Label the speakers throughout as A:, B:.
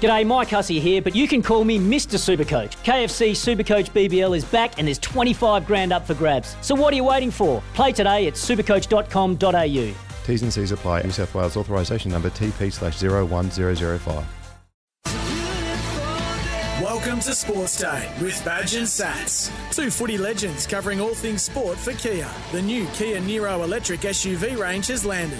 A: G'day, Mike Hussey here, but you can call me Mr. Supercoach. KFC Supercoach BBL is back and there's 25 grand up for grabs. So what are you waiting for? Play today at supercoach.com.au.
B: T's and C's apply. New South Wales authorisation number TP slash 01005.
C: Welcome to Sports Day with Badge and Sats. Two footy legends covering all things sport for Kia. The new Kia Nero electric SUV range has landed.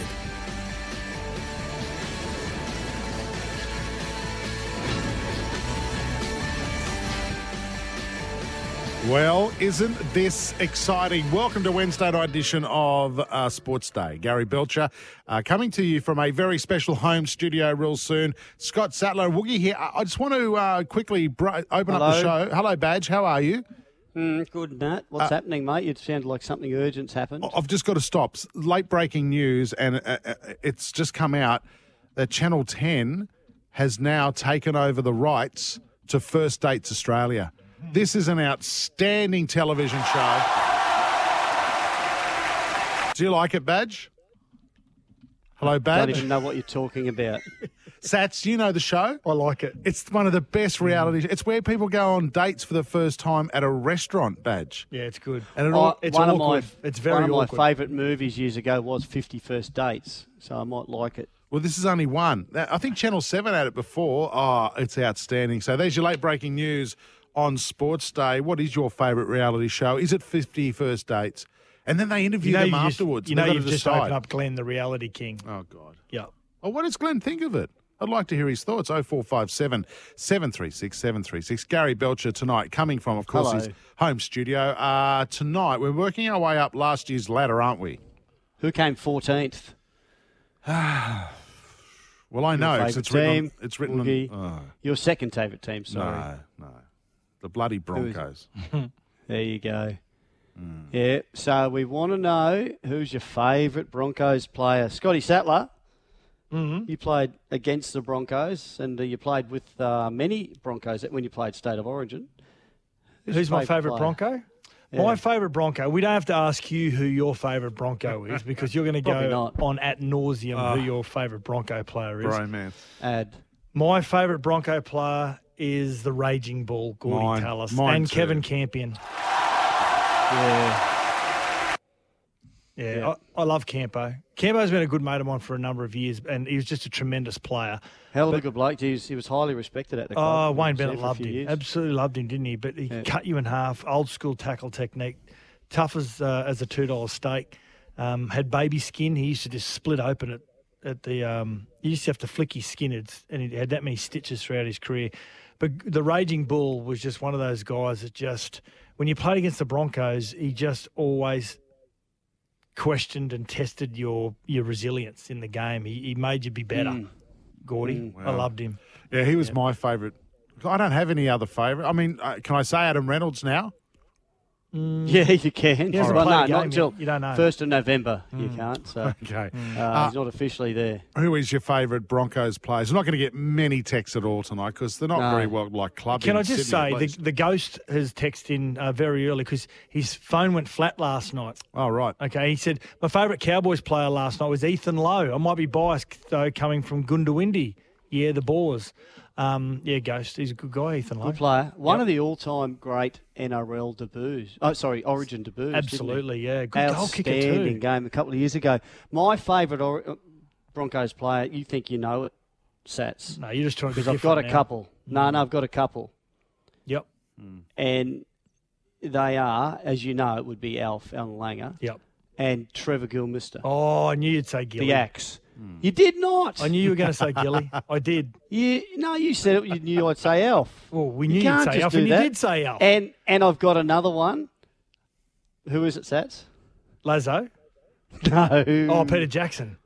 D: Well, isn't this exciting? Welcome to Wednesday night edition of uh, Sports Day. Gary Belcher uh, coming to you from a very special home studio real soon. Scott Sattler, Woogie here. I, I just want to uh, quickly br- open up the show. Hello, Badge. How are you?
E: Good, Matt. What's
D: Uh,
E: happening, mate? It sounded like something urgent's happened.
D: I've just got to stop. S- Late breaking news, and uh, uh, it's just come out that Channel 10 has now taken over the rights to First Dates Australia. This is an outstanding television show. Do you like it, Badge? Hello,
E: Don't
D: Badge.
E: even know what you're talking about.
D: Sats, you know the show? I like it. It's one of the best reality. It's where people go on dates for the first time at a restaurant, Badge.
F: Yeah, it's good.
D: And it
E: Oh,
D: all,
F: it's
E: one
F: awkward.
E: Of my,
F: It's very
E: one of
F: awkward.
E: my favourite movies years ago was Fifty First Dates, so I might like it.
D: Well, this is only one. Now, I think Channel 7 had it before. Oh, it's outstanding. So there's your late breaking news on Sports Day. What is your favourite reality show? Is it 50 First Dates? And then they interview them
F: you've just-
D: afterwards.
F: you know
D: They've got
F: you've
D: to
F: just
D: decide.
F: opened up Glenn, the reality king.
D: Oh, God.
F: Yeah.
D: Oh, what does Glenn think of it? I'd like to hear his thoughts. Oh, 0457 736 736. Gary Belcher tonight, coming from, of course, his
E: Hello.
D: home studio. Uh, tonight, we're working our way up last year's ladder, aren't we?
E: Who came fourteenth?
D: Well, I know 'cause
E: favourite
D: it's written, on,
E: team,
D: it's written on.
E: Woogie.
D: Oh,
E: Your second favourite team, sorry.
D: no, no. The bloody
E: is-
D: Broncos.
E: There you go. Yeah. So we want to know who's your favourite Broncos player, Scotty Sattler. Mm-hmm. You played against the Broncos, and uh, you played with uh, many Broncos when you played State of Origin.
F: Who's
E: your
F: my favourite
E: player?
F: Bronco?
E: Yeah.
F: My favourite Bronco. We don't have to ask you who your favourite Bronco is because you're going to
E: Probably
F: go
E: not.
F: on at nauseum who your favourite Bronco player is.
D: Bro, man.
E: Ad.
F: My favourite Bronco player is the Raging Bull, Gordy
D: Mine-
F: Tallis,
D: mine
F: and
D: too.
F: Kevin Campion.
E: Yeah.
F: Yeah, I, I love Campo. Campo's been a good mate of mine for a number of years, and he was just a tremendous player.
E: Hell of a good bloke. He was, he was highly respected at the club.
F: Oh,
E: He
F: Wayne
E: was there
F: Bennett
E: for a
F: loved
E: few
F: him.
E: years.
F: Absolutely loved him, didn't he? But he cut you in half. Old school tackle technique, tough as uh, as a two dollar steak. Um, had baby skin. He used to just split open at at the. Um, he used to have to flick his skin, it's, and he had that many stitches throughout his career. But the Raging Bull was just one of those guys that just, when you played against the Broncos, he just always questioned and tested your your resilience in the game. He, he made you be better.
E: Mm.
F: Gordy, I loved him.
D: Yeah, he was my favourite. I don't have any other favourite. I mean, uh, can I say Adam Reynolds now?
E: Yeah, you can.
F: hasn't
E: well,
F: played
E: no,
F: a
E: not
F: game yet.
E: until
F: You don't know. Mm. Ah.
E: 1st of November. You can't. So uh,
D: Okay.
E: he's not officially there.
D: Mm. Who is your favourite Broncos players? We're not going to get many texts at all tonight because they're not
E: No.
D: very well like club.
F: Can
D: in
F: I
D: Sydney,
F: just say
D: at
F: the,
D: least.
F: the ghost has texted in uh, very early because his phone went flat last night.
D: Oh right.
F: Okay, he said my favourite Cowboys player last night was Ethan Lowe. I might be biased though, coming from Gundawindi. Yeah, the Boers. Um, yeah, ghost. He's a good guy, Ethan Lowe.
E: Good player. One of the all-time great NRL debuts. Oh, sorry, Origin debuts. didn't he?
F: Absolutely, yeah. Good goal kicker
E: Outstanding
F: too.
E: game a couple of years ago. My favourite or- uh, Broncos player, you think you know it, Sats.
F: No, you're Mm. just trying
E: Because I've got a couple. No, no, I've got a couple.
F: Yep,
E: And they are, as you know, it would be Alf, Alan Langer,
F: yep.
E: and Trevor Gilmister.
F: Oh, I knew you'd say Gilly.
E: the axe. You did not.
F: I knew you were going to say Gilly. I did.
E: You, no, you said it. You knew I'd say Elf.
F: Well, we
E: You
F: knew you'd
E: can't
F: say
E: just
F: Alf,
E: do
F: and you
E: that.
F: did say Alf.
E: And and I've got another one. Who is it, Sats?
F: Lazo.
E: No.
F: Oh, Peter Jackson.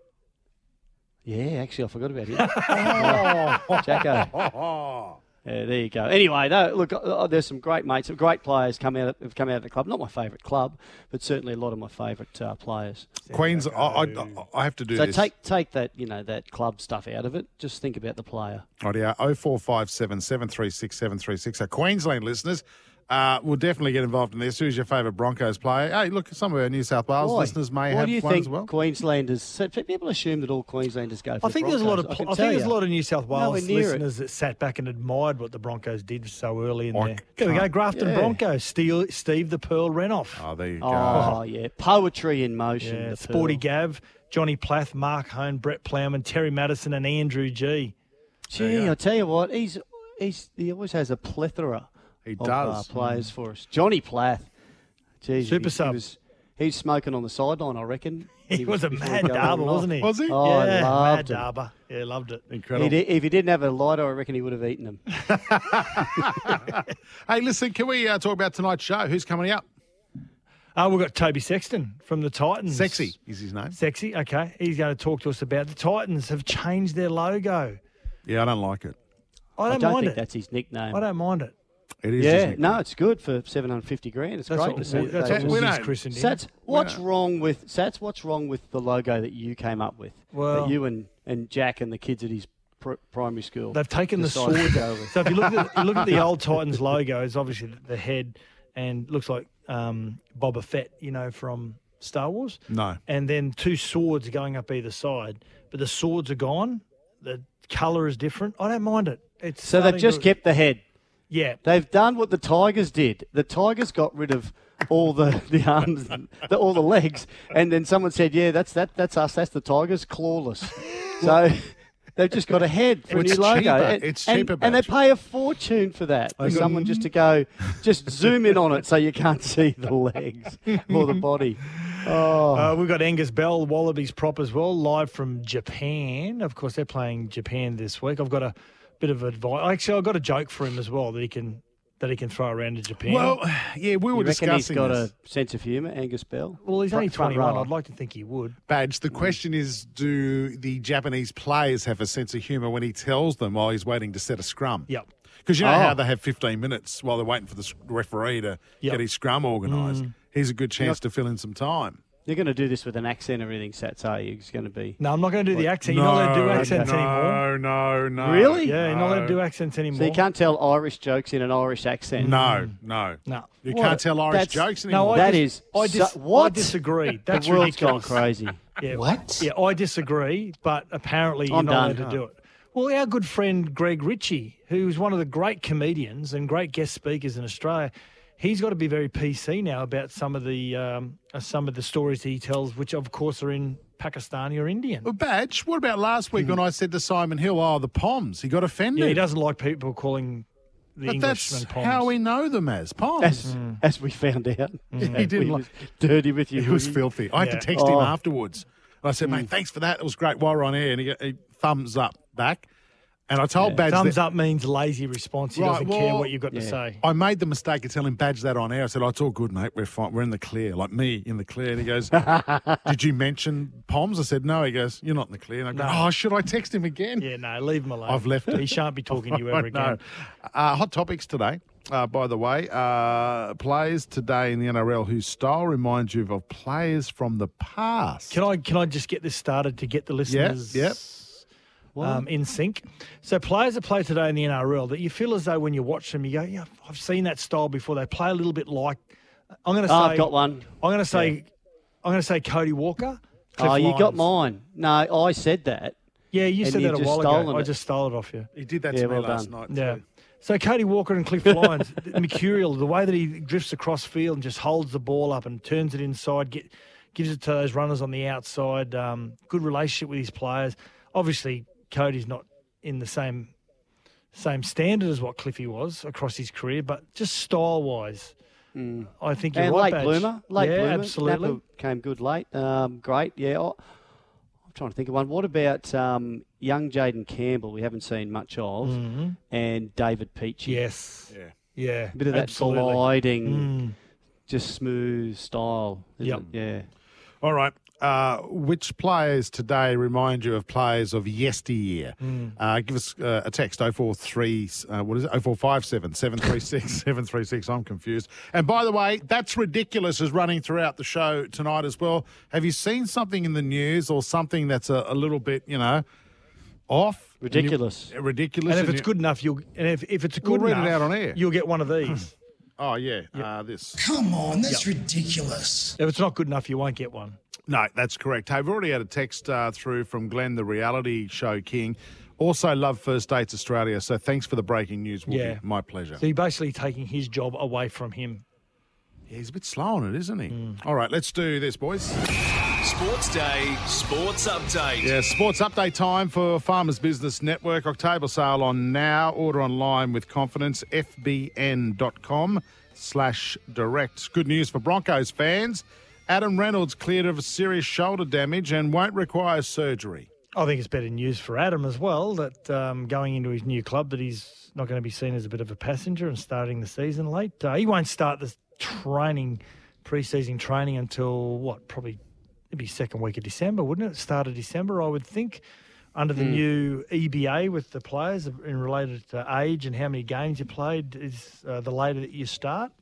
E: Yeah, actually, I forgot about him. oh, Jacko. Yeah, there you go. Anyway, though, look, uh, uh, there's some great mates, some great players come out have come out of the club. Not my favourite club, but certainly a lot of my favourite uh, players.
D: Queens, I, I, I have to do
E: So
D: this.
E: take take that you know that club stuff out of it. Just think about the player.
D: Right, oh yeah, 0457 736 736. So, oh. Queensland listeners uh, will definitely get involved in this. Who's your favourite Broncos player? Hey, look, some of our New South Wales
E: Why?
D: listeners may
E: Why
D: have
E: do you
D: one
E: think
D: as well.
E: Queenslanders? so People assume that all Queenslanders go. For
F: I
E: the
F: think there's a lot of
E: Broncos.
F: pl-
E: can
F: I,
E: tell
F: think there's a
E: you.
F: lot of New South
E: Nowhere
F: Wales
E: near it.
F: listeners that sat back and admired what the Broncos did so early in
D: I
F: there. There we go,
D: can't-
F: Grafton
E: Yeah.
F: Broncos. Steel, Steve the Pearl Renoff.
D: Oh, there you go.
E: Oh yeah, poetry in motion.
F: yeah,
E: the
F: Sporty
E: Pearl.
F: Gav, Johnny Plath, Mark Hone, Brett Plowman, Terry Madison, and Andrew G.
E: Gee, I tell you what, he's he's he always has a plethora.
D: He
E: of,
D: does.
E: uh, players for us. Johnny Plath, Jeez,
F: Super
E: he,
F: sub.
E: He was, he's smoking on the sideline, I reckon.
F: He, was, a
E: before
F: mad
E: going
F: darber,
E: on.
F: wasn't he?
D: Was he?
E: Oh, I
F: yeah,
E: loved
F: mad
E: him.
F: darber. Yeah, loved it.
D: Incredible.
E: He did- if he didn't have a lighter, I reckon he would have eaten them.
D: Hey, listen, can we uh, talk about tonight's show? Who's coming up?
F: Oh, we've got Toby Sexton from the Titans.
D: Sexy is his name.
F: Sexy, okay. He's going to talk to us about the Titans have changed their logo.
D: Yeah, I don't like it.
F: I don't,
E: I don't
F: mind
E: think
F: it.
E: that's his nickname.
F: I don't mind it.
D: It is.
E: yeah,
D: isn't it?
E: no, it's good for 750 grand. It's
F: That's
E: great
F: what,
E: to see. that
F: that's
E: they
F: what
D: we
E: just-
F: Woosie's
D: don't-
F: christened him.
E: Sats, what's wrong with Sats? What's wrong with the logo that you came up with?
F: Well-
E: that you and, and Jack and the kids at his pr- primary school.
F: They've taken the
E: decided
F: sword.
E: to go with.
F: so if you look at you look at the old Titans logo, it's obviously the- the head and looks like um, Boba Fett, you know, from Star Wars.
D: No.
F: And then two swords going up either side, but the swords are gone. The color is different. I don't mind it. It's
E: So they've
F: starting
E: just
F: to-
E: kept the head.
F: yeah.
E: They've done what the Tigers did. The Tigers got rid of all the, the arms, and the, all the legs, and then someone said, "Yeah, that's that. That's us. That's the Tigers, clawless." So they've just got a head for
D: It's
E: a new logo.
D: cheaper.
E: And,
D: It's
E: and-
D: cheaper,
E: and, they
D: Badge.
E: pay a fortune for that. For someone just to go, just zoom in on it so you can't see the legs or the body. Oh.
F: Uh, we've got Angus Bell, Wallabies prop as well, live from Japan. Of course, they're playing Japan this week. I've got a bit of advice. Actually, I've got a joke for him as well that he can that he can throw around to Japan.
D: Well, yeah, we were
E: you reckon
D: discussing
E: he's got
D: this.
E: a sense of humour, Angus Bell?
F: Well, he's only
E: front
F: 21.
E: rower.
F: I'd like to think he would.
D: badge. The question is, do the Japanese players have a sense of humour when he tells them while he's waiting to set a scrum?
F: Yep.
D: Because you know
E: Oh.
D: how they have 15 minutes while they're waiting for the s- referee to
F: Yep.
D: get his scrum organised. Here's a good chance to fill in some time.
E: You're going to do this with an accent or anything, Sats? Are you? It's going to be.
F: No, I'm not going to do the accent. You're not allowed to do accents
D: no,
F: anymore.
D: no, no.
E: Really?
F: Yeah, you're not allowed to do
D: No.
F: accents anymore.
E: So you can't tell Irish jokes in an Irish accent.
D: No, Mm. no.
F: No.
D: You
E: What?
D: can't tell Irish
E: That's-
D: jokes
F: No,
D: anymore.
F: I
E: That
F: dis-
E: is
F: I, dis-
E: so- what?
F: I disagree. That's
E: the world's
F: ridiculous.
E: gone crazy.
F: Yeah.
G: What?
F: Yeah, I disagree, but apparently you're
E: I'm
F: not
E: done.
F: allowed to do it. Well, our good friend Greg Ritchie, who's one of the great comedians and great guest speakers in Australia, he's got to be very PC now about some of the um, uh, some of the stories he tells, which of course are in Pakistani or Indian.
D: Well, Badge, what about last
E: Hmm.
D: week when I said to Simon Hill, oh, the Poms? He got offended.
F: Yeah, he doesn't like people calling the
D: But
F: Englishmen
D: that's
F: Poms.
D: how we know them as Poms.
E: As,
F: Mm.
E: as we found out,
D: He didn't
E: We
D: like-
E: was dirty with you.
D: It was
E: Woogie.
D: filthy. I had
F: Yeah.
D: to text him
E: Oh. Hmm.
D: afterwards. And I said, mate, thanks for that. It was great while we're on air. And he, go- he thumbs up back. And I told Badge
F: Thumbs
D: that
F: up means lazy response. He
D: Right,
F: doesn't care
D: well-
F: what you've got to say.
D: I made the mistake of telling Badge that on air. I said, oh, it's all good, mate. We're fine. We're in the clear. Like me in the clear. And he goes, did you mention Poms? I said, no. He goes, you're not in the clear. And I go,
F: No.
D: oh, should I text him again?
F: Yeah, no, leave him alone.
D: I've left it.
F: He shan't be talking to you
D: I
F: ever
D: know.
F: again.
D: Uh, hot topics today, uh, by the way. Uh, players today in the NRL whose style reminds you of players from the past.
F: Can I can I just get this started to get the listeners
D: yep.
F: um, in sync? So players that play today in the NRL that you feel as though when you watch them, you go, yeah, I've seen that style before. They play a little bit like. I'm going to say.
E: Oh, I've got one.
F: I'm going to say. I'm going to say Cody Walker. Cliff
E: Oh, you got
F: Lyons.
E: mine. No, I said that.
F: Yeah, you
E: and
F: said
E: you
F: that a
E: just
F: while ago.
E: stolen
F: I
E: it.
F: just stole it off you.
D: He did that
E: Yeah,
D: to me
E: well
D: last
E: done.
D: night.
F: Yeah.
D: too.
F: So Cody Walker and Cliff Lyons, the mercurial, the way that he drifts across field and just holds the ball up and turns it inside, get, gives it to those runners on the outside. Um, good relationship with his players. Obviously, Cody's not in the same same standard as what Cliffy was across his career, but just style wise,
D: Mm.
F: I think you're
E: And
F: right.
E: late
F: Badge.
E: bloomer. Late
F: yeah,
E: bloomer.
F: absolutely.
E: Napa came good late. Um, great. Yeah. I, I'm trying to think of one. What about um, young Jaden Campbell? We haven't seen much of, and David Peachy.
F: Mm-hmm. Yes. Yeah. Yeah.
E: A bit of that
F: absolutely. Mm.
E: gliding, just smooth style. isn't
F: Yep.
E: it? Yeah.
D: All right. uh, which players today remind you of players of yesteryear?
F: Hmm.
D: Uh, give us uh, a text 043, uh, what is it? 0457 736 736. I'm confused. And by the way, That's Ridiculous is running throughout the show tonight as well. Have you seen something in the news or something that's a, a little bit, you know, off? And you-
E: Ridiculous.
D: ridiculous.
F: And if
D: and
F: it's
D: you-
F: good enough, you'll and if, if it's
D: We'll
F: good
D: read it
F: enough,
D: out on air.
F: you'll get one of these.
D: Oh, yeah. Uh, this.
H: Come on, that's ridiculous.
F: if it's not good enough, you won't get one.
D: No, that's correct. Hey, we've already had a text uh, through from Glenn, the reality show king. Also, love First Dates Australia. So thanks for the breaking news, Wookie.
F: Yeah.
D: My pleasure.
F: So you're basically taking his job away from him.
D: Yeah, he's a bit slow on it, isn't he? All right, let's do this, boys.
I: Sports Day, Sports Update.
D: Yeah, sports update time for Farmers Business Network. October sale on now. Order online with confidence. FBN.com slash direct. Good news for Broncos fans. Adam Reynolds cleared of serious shoulder damage and won't require surgery.
F: I think it's better news for Adam as well that um, going into his new club that he's not going to be seen as a bit of a passenger and starting the season late. Uh, he won't start this training, preseason training until what? Probably it'd be second week of December, wouldn't it? Start of December, I would think. Under the new EBA with the players in related to age and how many games you played is uh, the later that you start.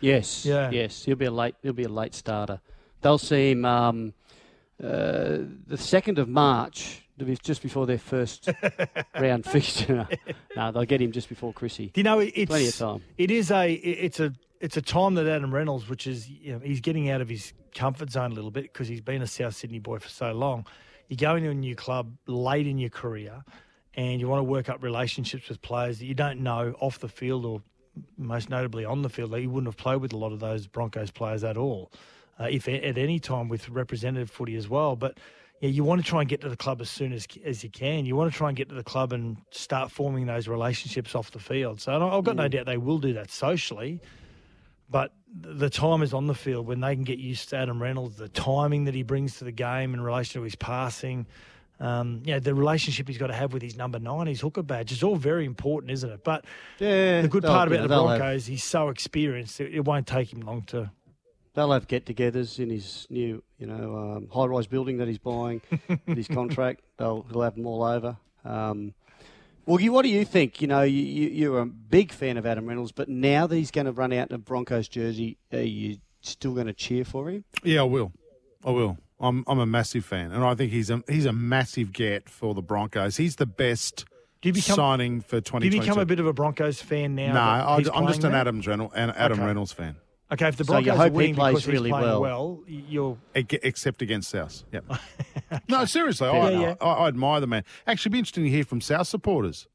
E: Yes.
F: Yeah.
E: Yes. He'll be a late. He'll be a late starter. They'll see him um, uh, the second of March, to be- just before their first round fixture. no, they'll get him just before Chrissy.
F: Do you know it- it's
E: Plenty of time.
F: It is a it- it's a it's a time that Adam Reynolds, which is you know, he's getting out of his comfort zone a little bit because he's been a South Sydney boy for so long. You go into a new club late in your career, and you want to work up relationships with players that you don't know off the field or most notably on the field that you wouldn't have played with a lot of those Broncos players at all, uh, if a- at any time with representative footy as well. But yeah, you want to try and get to the club as soon as as you can. You want to try and get to the club and start forming those relationships off the field. So and I- I've got no doubt they will do that socially, but th- the time is on the field when they can get used to Adam Reynolds, the timing that he brings to the game in relation to his passing. Um, you know, the relationship he's got to have with his number nine, his hooker badge, is all very important, isn't it? But
E: Yeah.
F: the good
E: they'll-
F: part
E: yeah,
F: about the
E: they'll have-
F: Broncos, he's so experienced, it, it won't take him long to.
E: They'll have get-togethers in his new, you know, um, high-rise building that he's buying with his contract. They'll he'll have them all over. Um, Woogie, what do you think? You know, you, you, you're a big fan of Adam Reynolds, but now that he's going to run out in a Broncos jersey, are you still going to cheer for him?
D: Yeah, I will. I will. I'm I'm a massive fan, and I think he's a he's a massive get for the Broncos. He's the best
F: you become-
D: signing for
F: Do you
D: 2022.
F: become a bit of a Broncos fan now?
D: no,
F: that
D: I,
F: he's
D: I'm just an
F: playing there?
D: Adam Reynolds an Adam
F: Okay.
D: Reynolds fan,
F: Okay, if the
E: So you
F: Broncos are
E: hope he
F: winning
E: plays
F: because
E: really
F: he's playing
E: well.
F: well, y- you're
D: Eg- e-, except against South. Yep. No, seriously,
F: Fair
D: I,
F: enough.
D: I, I admire the man. Actually, it'd be interesting to hear from South supporters.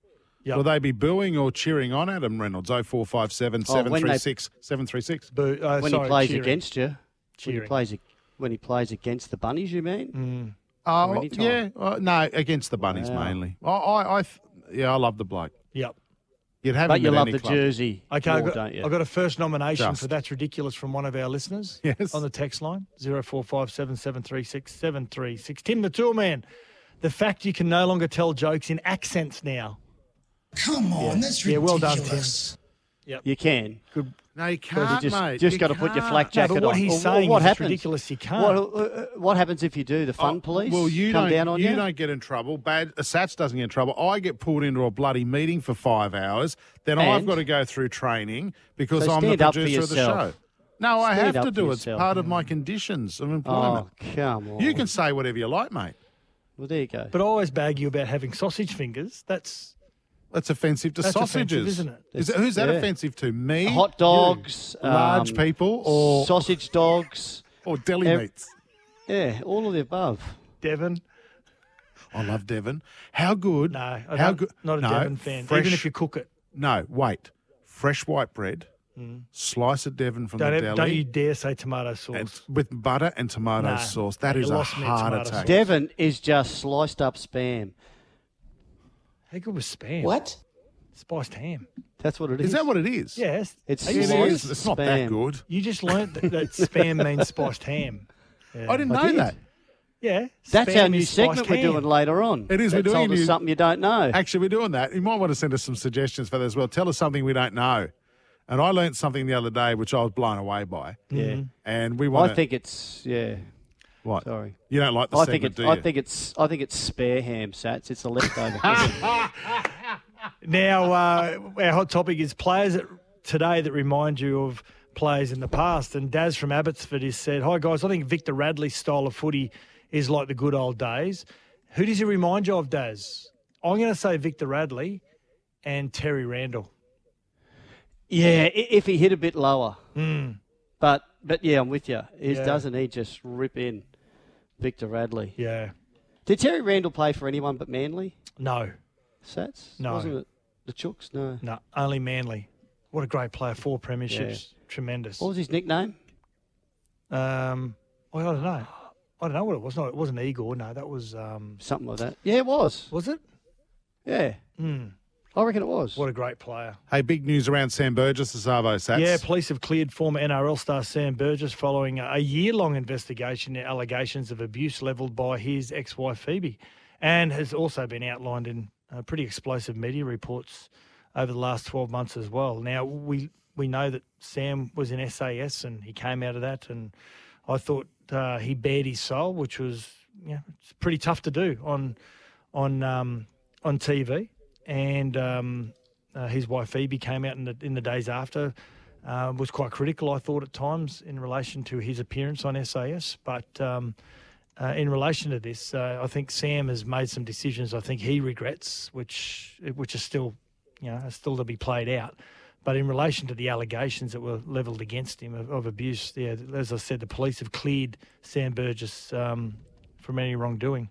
F: Yep.
D: Will they be booing or cheering on Adam Reynolds? 0457
E: Oh, when they-
D: 736 736.
F: boo, uh,
E: when
F: sorry,
E: he plays
F: cheering.
E: against you, when he
F: Cheering. Mm.
E: plays ag- when he plays against the bunnies, you mean?
D: Oh,
E: any time.
D: yeah. Uh, no, against the Bunnies
E: Wow.
D: mainly. I, I, I, th- yeah, I love the bloke.
F: Yep.
D: You'd have
E: But
D: him
E: you
D: at
E: love
D: any
E: the
D: club.
E: jersey,
F: Okay,
E: more,
F: I've got,
E: don't you?
F: I've got a first nomination
D: Just.
F: for That's Ridiculous from one of our listeners
D: Yes.
F: on the text line 0457736736. Tim the Tool Man, the fact you can no longer tell jokes in accents now.
H: Come on, that's
F: Yeah, well
H: ridiculous.
F: done,
E: you can.
D: No, you
E: Because
D: can't,
E: you just,
D: mate.
E: just
D: You
E: got to put your
D: can't.
E: flak
F: No,
E: jacket
F: but what
E: on.
F: he's
E: Well,
F: saying
E: what
F: is it's
E: happens?
F: ridiculous. You can't.
E: What, uh, what happens if you do? The fun
D: Oh,
E: police
D: Well, you
E: come
D: don't.
E: down on you.
D: you, don't get in trouble. Bad uh, Sats doesn't get in trouble. I get pulled into a bloody meeting for five hours. Then I've
E: And?
D: got to go through training because
E: So
D: I'm the
E: stand up for
D: producer of the show.
E: yourself.
D: No, I
E: Stand
D: have to
E: up
D: do
E: for
D: it. It's
E: yourself.
D: part of my conditions of employment.
E: Oh, come on.
D: you can say whatever you like, mate.
E: Well, there you go.
F: But I always bag you about having sausage fingers. That's
D: That's offensive to
F: That's offensive,
D: sausages,
F: isn't it?
D: Is it- who's that
E: Yeah.
D: offensive to? Me,
E: Hot dogs,
D: you, large
E: um,
D: people, or
E: sausage dogs.
D: or deli
E: ev-
D: meats.
E: Yeah, all of the above.
F: Devon.
D: I love Devon. How good?
F: No, I
D: how
F: don't,
D: good?
F: not a
D: no,
F: Devon fan.
D: Fresh,
F: Even if you cook it,
D: no, wait. Fresh white bread, slice of Devon from
F: Mm. don't,
D: the
F: ever,
D: deli.
F: don't you dare say tomato sauce.
D: and with butter and tomato
F: No,
D: sauce. That
F: you
D: is a
F: lost me at
D: heart
F: tomato
D: attack.
F: sauce.
E: Devon is just sliced up spam.
F: How good was spam?
H: What?
F: Spiced ham.
E: That's what it is.
D: Is that what it is?
F: Yes.
E: It's
F: Are you
D: It
E: serious?
D: is. It's not that
E: Spam.
D: good.
F: You just learnt that, that spam means spiced ham.
D: I didn't know
E: I did.
D: that.
F: Yeah.
E: That's
F: spam
E: our new
F: is spiced
E: segment we're
F: ham.
E: doing later on.
D: It is,
E: That
D: we're doing
E: told us
D: new-
E: something you don't know.
D: Actually, we're doing that. You might want to send us some suggestions for that as well. Tell us something we don't know. And I learnt something the other day which I was blown away by.
E: yeah.
D: And we
E: I
D: want to.
E: think it's yeah.
D: What?
E: Sorry.
D: You don't like the
E: I
D: segment,
E: think
D: do
E: it, I
D: you?
E: think it's I think it's spare ham, Sats. It's a leftover.
F: Now, uh, our hot topic is players that, today that remind you of players in the past. And Daz from Abbotsford has said, Hi, guys, I think Victor Radley's style of footy is like the good old days. Who does he remind you of, Daz? I'm going to say Victor Radley and Terry Randall.
E: yeah, i- if he hit a bit lower.
F: Mm.
E: But but yeah, I'm with you. Is
F: Yeah.
E: doesn't he just rip in Victor Radley?
F: Yeah.
E: Did Terry Randall play for anyone but Manly?
F: No.
E: Sats?
F: No.
E: Wasn't it the Chooks? No.
F: No, only Manly. What a great player. Four premierships. Tremendous.
E: What was his nickname?
F: Um, well, I don't know. I don't know what it was. No, it wasn't Igor. No, that was um,
E: Something like that. Yeah, it was.
F: Was it?
E: Yeah.
F: Mm.
E: I reckon it was.
F: What a great player.
D: Hey, big news around Sam Burgess this Arvo Sats.
F: Yeah, police have cleared former NRL star Sam Burgess following a year long investigation into allegations of abuse levelled by his ex wife Phoebe, and has also been outlined in uh, pretty explosive media reports over the last 12 months as well. Now, we, we know that Sam was in SAS and he came out of that, and I thought uh, he bared his soul, which was yeah, it's pretty tough to do on on um, on TV. And um, uh, his wife Phoebe came out in the in the days after, uh, was quite critical. I thought at times in relation to his appearance on SAS, but. Um, uh, in relation to this, uh, I think Sam has made some decisions. I think he regrets, which which are still, you know, are still to be played out. But in relation to the allegations that were levelled against him of, of abuse, yeah, as I said, the police have cleared Sam Burgess um, from any wrongdoing.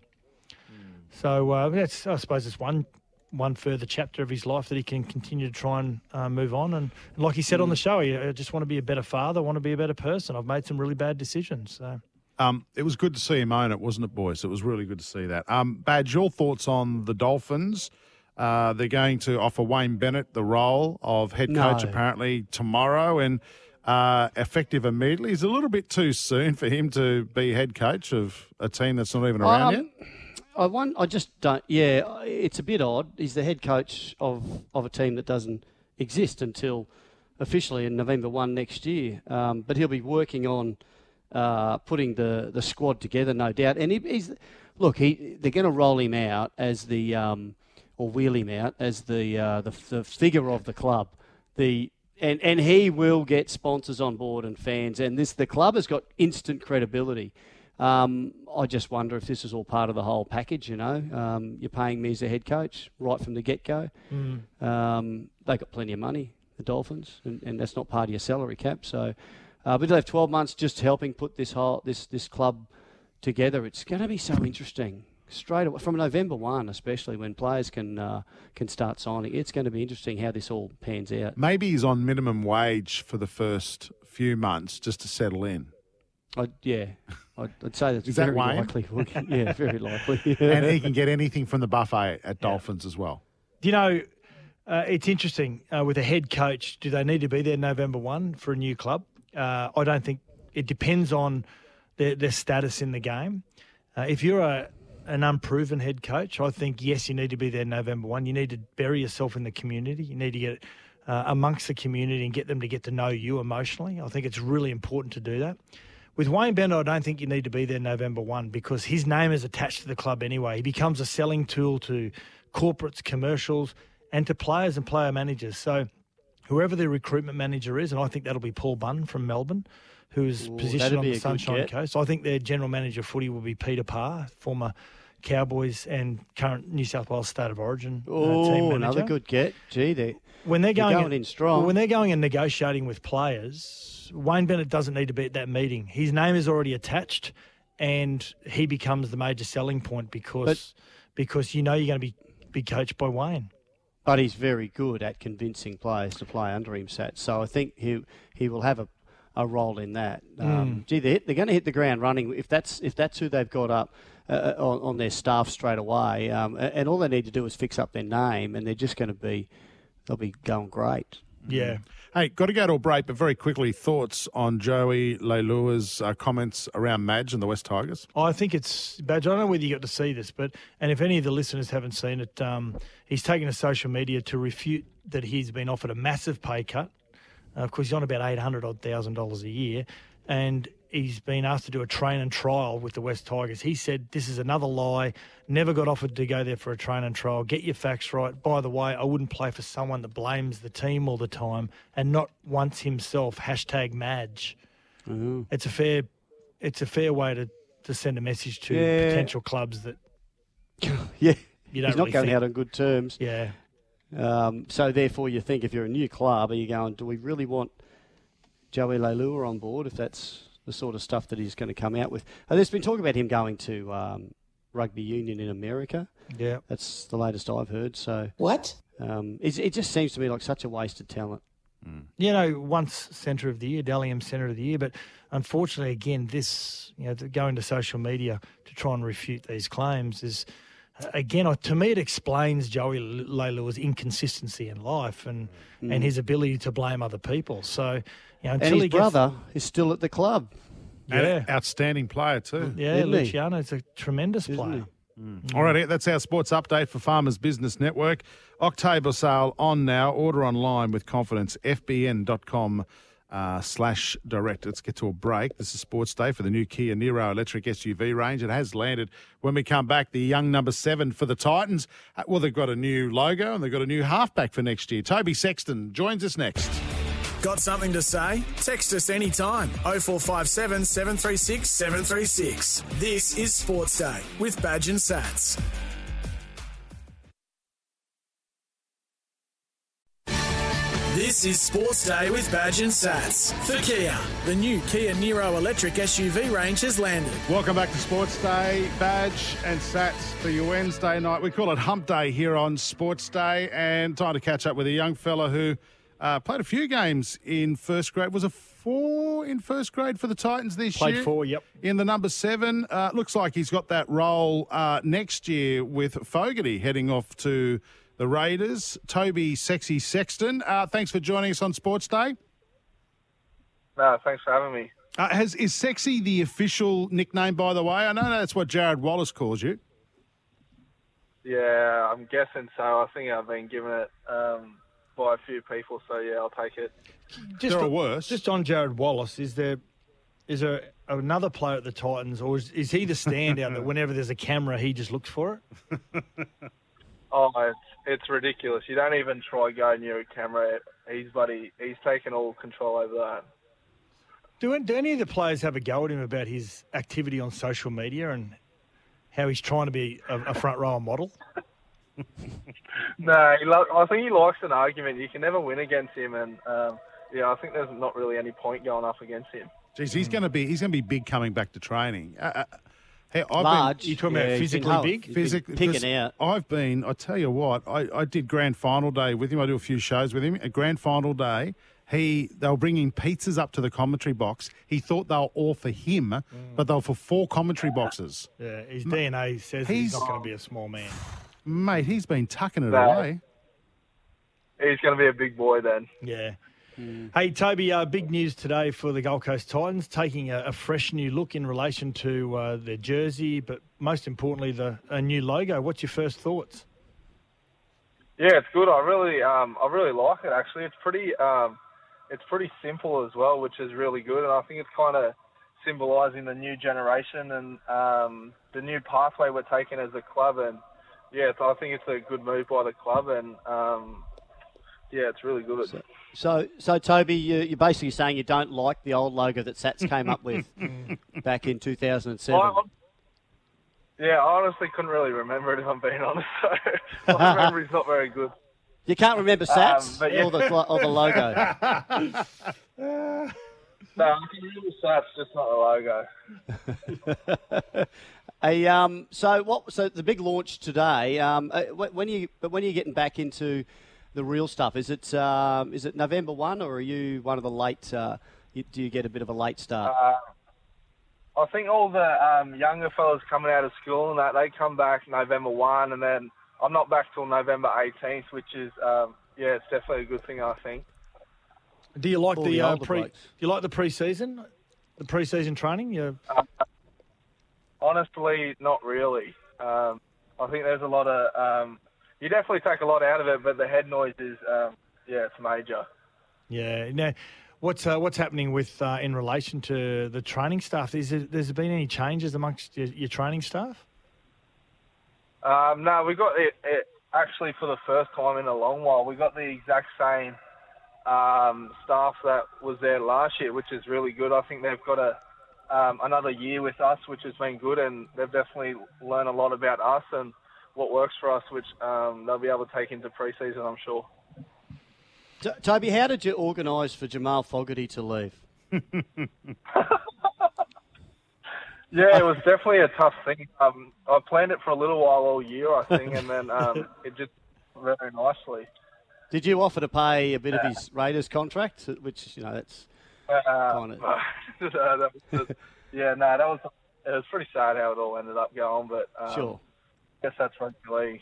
F: So uh, that's, I suppose, it's one one further chapter of his life that he can continue to try and uh, move on. And like he said on the show, he, I just want to be a better father, I want to be a better person. I've made some really bad decisions. So.
D: Um, it was good to see him own it, wasn't it, boys? It was really good to see that. Um, Badge, your thoughts on the Dolphins? Uh, they're going to offer Wayne Bennett the role of head coach
E: No.
D: apparently tomorrow and uh, effective immediately. Is it a little bit too soon for him to be head coach of a team that's not even around
E: Um, I want. I just don't. Yeah, it's a bit odd. He's the head coach of of a team that doesn't exist until officially in November one next year. Um, but he'll be working on uh, putting the the squad together, no doubt. And he, he's look. He they're going to roll him out as the um, or wheel him out as the uh, the, the figure of the club. The and and he will get sponsors on board and fans. And this the club has got instant credibility. Um, I just wonder if this is all part of the whole package. You know, um, you're paying me as a head coach right from the get go.
F: Mm.
E: Um, they got plenty of money, the Dolphins, and, and that's not part of your salary cap. So, uh, but they have 12 months just helping put this whole this this club together. It's going to be so interesting straight away from November one, especially when players can uh, can start signing. It's going to be interesting how this all pans out.
D: Maybe he's on minimum wage for the first few months just to settle in.
E: I, yeah, I'd, I'd say that's
D: Is that
E: very
D: Wayne?
E: likely. yeah, very likely.
D: and he can get anything from the buffet at Dolphins as well.
F: Do you know, uh, it's interesting uh, with a head coach. Do they need to be there November one for a new club? Uh, I don't think it depends on their, their status in the game. Uh, if you're a an unproven head coach, I think yes, you need to be there November one. You need to bury yourself in the community. You need to get uh, amongst the community and get them to get to know you emotionally. I think it's really important to do that. With Wayne Bender, I don't think you need to be there November 1 because his name is attached to the club anyway. He becomes a selling tool to corporates, commercials, and to players and player managers. So, whoever the recruitment manager is, and I think that'll be Paul Bunn from Melbourne, who's
E: Ooh, that'd
F: positioned on
E: be a
F: the
E: good
F: Sunshine
E: get.
F: Coast. I think their general manager of footy will be Peter Parr, former Cowboys and current New South Wales State of Origin uh, team
E: oh,
F: manager
E: another good get. Gee, they
F: when they're
E: You're
F: going,
E: going in strong.
F: well, When they're going and negotiating with players, Wayne Bennett doesn't need to be at that meeting. His name is already attached, and he becomes the major selling point because because you know you're going to be be coached by Wayne.
E: but he's very good at convincing players to play under him, Sat. So I think he he will have a, a role in that.
F: Hmm.
E: Um, Gee, they're, they're going to hit the ground running if that's if that's who they've got up uh, on, on their staff straight away. Um, a- and all they need to do is fix up their name, and they're just going to be they'll be going great.
F: Yeah.
D: Hey, got to go to a break, but very quickly, thoughts on Joey Leilua's uh, comments around Madge and the West Tigers?
F: I think it's Badge. I don't know whether you got to see this, but and if any of the listeners haven't seen it, um, he's taken to social media to refute that he's been offered a massive pay cut. Uh, of course, he's on about eight hundred odd thousand dollars a year, and he's been asked to do a train and trial with the West Tigers. He said, This is another lie. Never got offered to go there for a train and trial. Get your facts right. By the way, I wouldn't play for someone that blames the team all the time and not once himself. Hashtag Madge. It's a fair it's a fair way to, to send a message to
E: Yeah.
F: potential clubs that
E: yeah,
F: You don't
E: he's not
F: really
E: going
F: think-
E: out on good terms.
F: Yeah.
E: Um, so therefore, you think if you're a new club, are you going? Do we really want Joey Leilua on board? If that's the sort of stuff that he's going to come out with, and there's been talk about him going to um, rugby union in America.
F: Yeah.
E: that's the latest I've heard. So
J: what?
E: Um, it, it just seems to me like such a wasted talent.
F: you know, once centre of the year, Dalium centre of the year. But unfortunately, again, this, you know, the- going to social media to try and refute these claims is, again, uh, to me, it explains Joey L- Leilua's inconsistency in life and, and his ability to blame other people. So, you
E: Mm.
F: know,
E: And
F: until
E: his
F: he gets,
E: brother is still at the club.
D: An outstanding player, too.
F: Yeah,
D: Isn't he?
F: Luciano's a tremendous player.
D: All right, that's our sports update for Farmers Business Network. October sale on now. Order online with confidence. FBN.com uh, slash direct. Let's get to a break. This is Sports Day for the new Kia Nero electric SUV range. It has landed. When we come back, the young number seven for the Titans. Uh, Well, they've got a new logo and they've got a new halfback for next year. Toby Sexton joins us next.
C: Got something to say? Text us anytime 0457 736 736. This is Sports Day with Badge and Sats. This is Sports Day with Badge and Sats for Kia. The new Kia Nero electric SUV range has landed.
D: Welcome back to Sports Day. Badge and Sats for your Wednesday night. We call it Hump Day here on Sports Day, and time to catch up with a young fella who uh, played a few games in first grade. Was a four in first grade for the Titans this
F: Played
D: year.
F: four, yep.
D: In the number seven, uh, looks like he's got that role uh, next year with Fogarty heading off to the Raiders. Toby Sexy Sexton, uh, thanks for joining us on Sports Day.
K: No, thanks for having me.
D: Uh, has, is Sexy the official nickname, by the way? I know that's what Jared Wallace calls you.
K: Yeah, I'm guessing so. I think I've been given it um, by a few people, so yeah, I'll take it.
F: Just on, worse. Just on Jared Wallace, is there is there another player at the Titans, or is, is he the standout that whenever there's a camera, he just looks for it?
K: Oh, it's, it's ridiculous. You don't even try going near a camera. He's buddy. He's taken all control over that.
F: Do, do any of the players have a go at him about his activity on social media and how he's trying to be a, a front rower model?
K: No, he lo- I think he likes an argument. You can never win against him, and um, yeah, I think there's not really any point going up against him.
D: Jeez,
K: Mm.
D: he's going to be he's going to be big coming back to training. Uh, uh, hey, I've
K: Large.
D: Been,
K: You're talking about Yeah, he's physically been hull- big? he's been
D: Physically
K: picking
D: out. I've been. I tell you what, I, I did grand final day with him. I do a few shows with him. At grand final day, he they were bringing pizzas up to the commentary box. He thought they were all for him,
K: Mm.
D: but they were for four commentary boxes.
F: Yeah, his DNA says that he's
D: He's-
F: not going to be a small man.
D: Mate, he's been tucking it
K: No.
D: away.
K: He's going to be a big boy then.
F: Yeah. Hey, Toby, uh, big news today for the Gold Coast Titans, taking a, a fresh new look in relation to uh, their jersey, but most importantly, the a new logo. What's your first thoughts?
K: Yeah, it's good. I really, um, I really like it. Actually, it's pretty, um, it's pretty simple as well, which is really good. And I think it's kind of symbolising the new generation and um, the new pathway we're taking as a club. And yeah, it's, I think it's a good move by the club. And um, yeah, it's really good.
E: So, so Toby, you, you're basically saying you don't like the old logo that Sats came up with back in 2007.
K: I, I'm- yeah, I honestly couldn't really remember it if I'm being honest. So my memory's not very good.
E: You can't remember
K: Um,
E: Sats
K: but yeah.
E: or, the, or the logo.
K: No, I can remember Sats, just not the logo.
E: A, um, so what? So the big launch today. Um, uh, wh- when are you? But when are you getting back into the real stuff? Is it um, is it November one, or are you one of the late? Uh, you, do you get a bit of a late start?
K: Uh, I think all the um, younger fellas coming out of school and that they come back November one, and then I'm not back till November 18th, which is um, yeah, it's definitely a good thing I think.
F: Do you like
K: All
F: the,
K: the
F: uh,
K: older
F: pre?
K: blokes.
F: Do you like the pre-season, the pre-season training? You
K: Uh, Honestly, not really. Um, I think there's a lot of um, you definitely take a lot out of it, but the head noise is um, yeah, it's major.
F: Yeah. Now, What's uh, what's happening with uh, in relation to the training staff? Is there, there's been any changes amongst your, your training staff?
K: Um, no, we got it, it actually for the first time in a long while. We got the exact same um, staff that was there last year, which is really good. I think they've got a um, another year with us, which has been good, and they've definitely learned a lot about us and what works for us, which um, they'll be able to take into pre-season, I'm sure.
E: T- Toby, how did you organise for Jamal Fogarty to leave?
K: Yeah, it was definitely a tough thing. Um, I planned it for a little while all year, I think, and then um, it just very nicely.
E: Did you offer to pay a bit of his Raiders contract, which you know that's
K: Uh,
E: Kind of.
K: that was- yeah, no, that was it was pretty sad how it all ended up going, but um,
E: Sure.
K: I guess that's rugby league.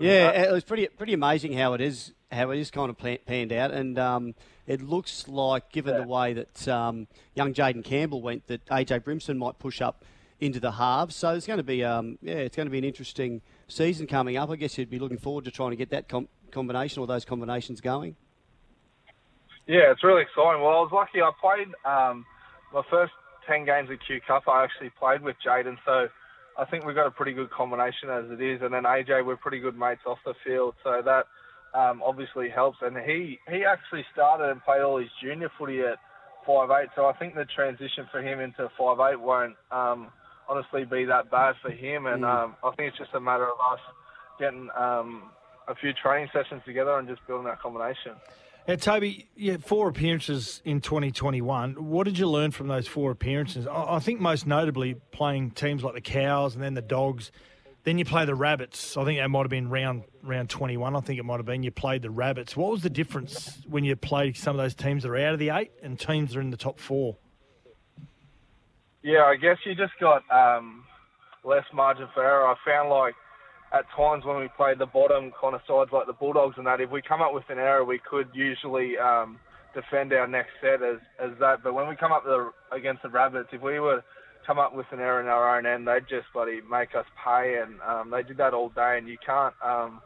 E: Yeah, it was pretty pretty amazing how it is how it is kind of plan- panned out, and um, it looks like given the way that um, young Jaden Campbell went, that AJ Brimson might push up into the halves. So it's going to be um, yeah, it's going to be an interesting season coming up. I guess you'd be looking forward to trying to get that com- combination or those combinations going.
K: Yeah, it's really exciting. Well, I was lucky. I played um, my first 10 games at Q Cup. I actually played with Jaden, so I think we've got a pretty good combination as it is. And then AJ, we're pretty good mates off the field, so that um, obviously helps. And he, he actually started and played all his junior footy at five eight. so I think the transition for him into five eight won't um, honestly be that bad for him. And
E: Mm.
K: um, I think it's just a matter of us getting um, a few training sessions together and just building that combination.
F: Yeah, Toby, yeah, four appearances in 2021. What did you learn from those four appearances? I, I think most notably playing teams like the Cows and then the Dogs. Then you play the Rabbits. I think that might have been round round 21. I think it might have been you played the Rabbits. What was the difference when you played some of those teams that are out of the eight and teams that are in the top four?
K: Yeah, I guess you just got um, less margin for error. I found like at times when we played the bottom kind of sides like the Bulldogs and that, if we come up with an error, we could usually um, defend our next set as, as that. But when we come up the, against the Rabbits, if we were to come up with an error in our own end, they'd just bloody make us pay, and um, they did that all day. And you can't um,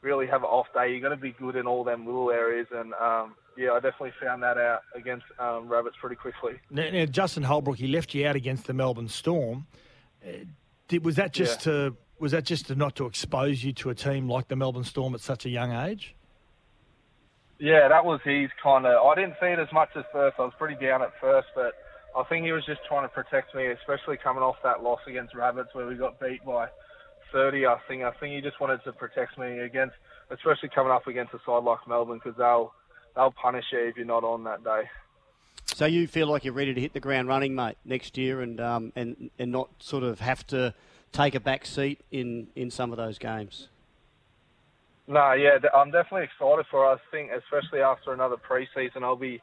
K: really have an off day. You got to be good in all them little areas, and um, yeah, I definitely found that out against um, Rabbits pretty quickly.
F: Now, now, Justin Holbrook, he left you out against the Melbourne Storm. Uh, Did, was that just to was that just to not to expose you to a team like the Melbourne Storm at such a young age?
K: Yeah, that was his kind of. I didn't see it as much as first. I was pretty down at first, but I think he was just trying to protect me, especially coming off that loss against Rabbits where we got beat by 30. I think. I think he just wanted to protect me against, especially coming up against a side like Melbourne because they'll they'll punish you if you're not on that day.
E: So you feel like you're ready to hit the ground running, mate, next year, and um, and and not sort of have to take a back seat in in some of those games.
K: No, yeah, de- I'm definitely excited for. Us. I think, especially after another preseason, I'll be,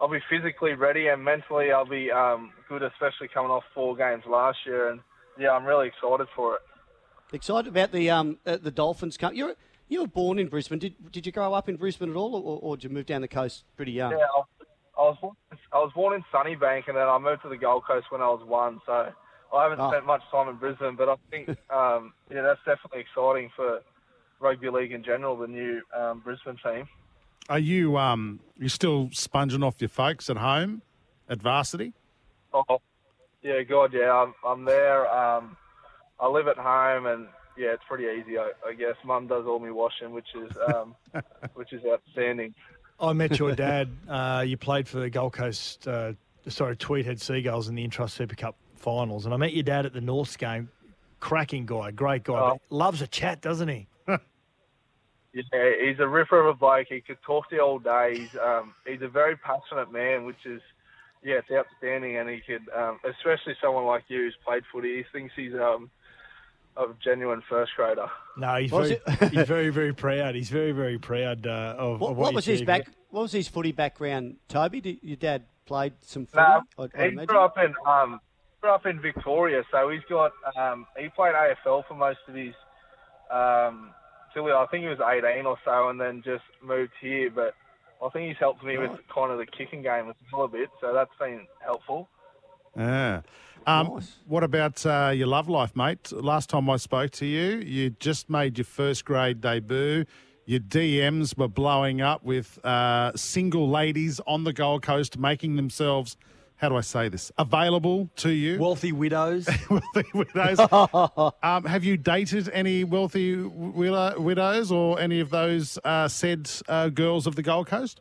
K: I'll be physically ready and mentally I'll be um, good, especially coming off four games last year. And yeah, I'm really excited for it.
E: Excited about the um uh, the Dolphins come. You you were born in Brisbane. Did did you grow up in Brisbane at all, or, or did you move down the coast pretty young?
K: Yeah, I was, I was born, I was born in Sunnybank, and then I moved to the Gold Coast when I was one. So I haven't
E: Oh.
K: spent much time in Brisbane, but I think um, yeah, that's definitely exciting for rugby league in general. The new um, Brisbane team.
D: Are you um you still sponging off your folks at home at varsity?
K: Oh, yeah, God, yeah, I'm, I'm there. Um, I live at home, and yeah, it's pretty easy, I, I guess. Mum does all my washing, which is um, which is outstanding.
F: I met your dad. Uh, you played for the Gold Coast, uh, sorry, Tweedhead Seagulls in the Intrust Super Cup finals, and I met your dad at the Norths game. Cracking guy, great guy, but loves a chat, doesn't he?
K: Yeah, he's a ripper of a bloke. He could talk to you all day. He's um, he's a very passionate man, which is yeah, it's outstanding. And he could, um, especially someone like you who's played footy, he thinks he's um, a genuine first grader.
F: No, he's
K: What was
F: very, he's very, very proud. He's very, very proud uh, of,
E: What, what,
F: of what, you
E: was his
F: achieved.
E: back? What was his footy background, Toby? Did, your dad played some footy.
K: No,
E: I'd- I'd
K: Um, he
E: imagine.
K: grew up in um, grew up in Victoria, so he's got um, he played AFL for most of his um, till he- I think he was 18 or so, and then just moved here. But I think he's helped me with kind of the kicking game as well a bit, so that's been helpful.
D: Yeah. Um, What about uh, your love life, mate? Last time I spoke to you, you just made your first grade debut. Your DMs were blowing up with uh, single ladies on the Gold Coast making themselves, how do I say this, available to you.
F: Wealthy widows.
D: wealthy widows. um, have you dated any wealthy willow- widows or any of those uh, said uh, girls of the Gold Coast?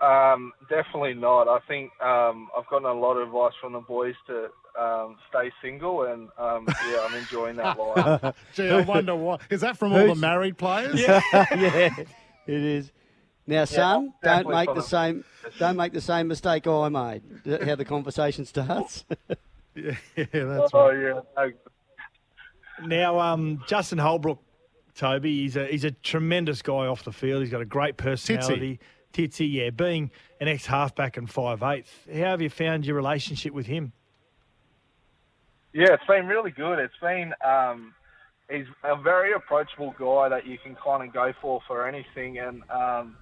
K: Um, definitely not. I think um, I've gotten a lot of advice from the boys to um, stay single, and um, yeah, I'm enjoying that life.
D: Gee, I wonder why. Is that from all the
E: Who's-
D: married players?
E: yeah, it is. Now, son, don't
D: definitely
E: make the
D: follow.
E: same don't make the same mistake I made. Is that How the conversation starts.
D: yeah,
F: that's
K: oh yeah. no,
F: Now, um, Justin Holbrook, Toby, he's a he's a tremendous guy off the field. He's got a great personality. Titsy, yeah, being an ex halfback and five eighth. How have you found your relationship with him?
K: Yeah, it's been really good. It's been um, he's a very approachable guy that you can kind of go for for anything, and um,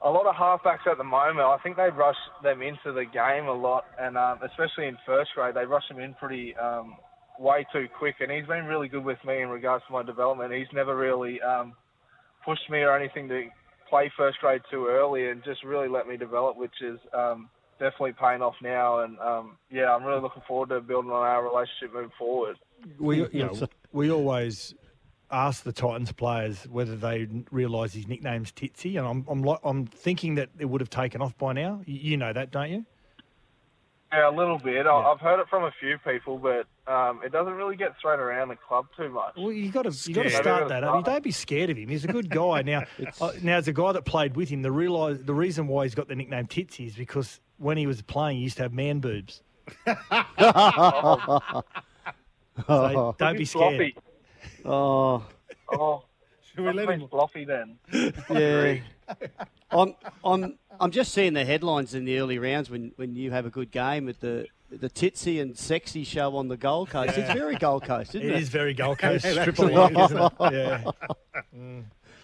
K: a lot of halfbacks at the moment, I think they rush them into the game a lot, and um, especially in first grade, they rush them in pretty um, way too quick. And he's been really good with me in regards to my development. He's never really um, pushed me or anything to play first grade too early, and just really let me develop, which is um, definitely paying off now. And um, yeah, I'm really looking forward to building on our relationship moving forward.
F: We you know, we always ask the Titans players whether they realise his nickname's Titsy, and I'm I'm like, I'm thinking that it would have taken off by now. You, you know that, don't you?
K: Yeah, a little bit. I I've heard it from a few people, but um, it doesn't really get thrown around the club too much.
F: Well, you got to you got to start that up. You don't be scared of him. He's a good guy. Now, uh, now as a guy that played with him, the realize the reason why he's got the nickname Titsy is because when he was playing, he used to have man boobs. So don't be scared.
E: Oh,
K: Oh, should we let him fluffy then?
E: yeah. I'm, I'm, I'm just seeing the headlines in the early rounds when, when you have a good game at the the titsy and sexy show on the Gold Coast.
F: Yeah.
E: It's very Gold Coast, isn't it?
F: It is very Gold Coast.
E: It
F: Strip
E: actually
F: along,
E: is.
F: isn't it? Yeah.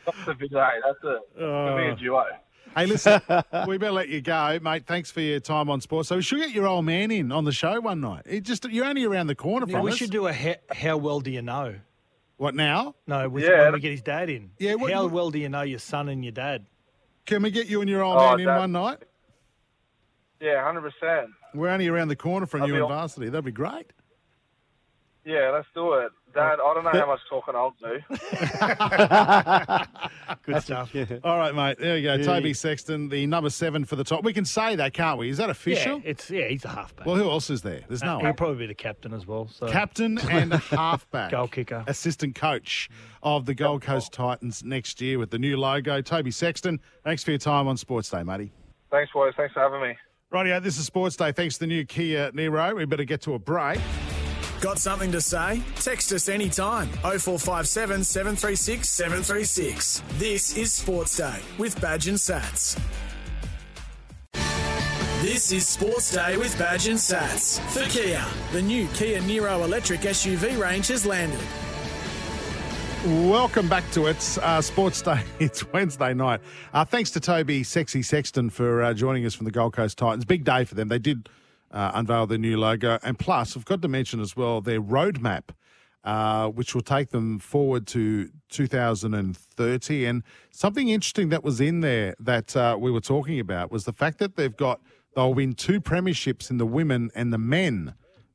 K: That's a big day. That's a, could be a
D: Oh.
K: duo.
D: Hey, listen, we better let you go, mate. Thanks for your time on sports. So we should get your old man in on the show one night. It just you're only around the corner
F: Now,
D: from
F: we
D: us.
F: should do a he- how well do you know?
D: What now?
F: No, with,
D: Yeah.
F: when we get his dad in.
D: Yeah, what-
F: how well do you know your son and your dad?
D: Can we get you and your old
F: Oh,
D: man in
F: that-
D: one night?
K: Yeah, hundred percent.
D: We're only around the corner from
K: That'd
D: you
K: be
D: in
K: aw-
D: varsity. That'd be great.
K: Yeah, let's do it, Dad. I don't know how much talking I'll do.
D: Good stuff. All right, mate. There you go. Toby Sexton, the number seven for the top. We can say that, can't we? Is that official?
F: Yeah, it's yeah, he's a halfback.
D: Well, who else is there? There's no
F: Uh,
D: one.
F: He'll probably be the captain as well. So
D: Captain and halfback.
F: Goal kicker.
D: Assistant coach of the Gold Coast Titans next year with the new logo. Toby Sexton, thanks for your time on Sports Day, matey.
K: Thanks, boys. Thanks for having me.
D: Rightio, this is Sports Day. Thanks to the new Kia Nero. We better get to a break.
C: Got something to say? Text us anytime 0457 736 736. This is Sports Day with Badge and Sats. This is Sports Day with Badge and Sats for Kia. The new Kia Nero electric SUV range has landed.
D: Welcome back to it. Uh, Sports Day. It's Wednesday night. Uh, thanks to Toby Sexy Sexton for uh, joining us from the Gold Coast Titans. Big day for them. They did uh, unveil their new logo. And plus, I've got to mention as well their roadmap, uh, which will take them forward to 2030. And something interesting that was in there that uh, we were talking about was the fact that they've got, they'll win two premierships in the women and the men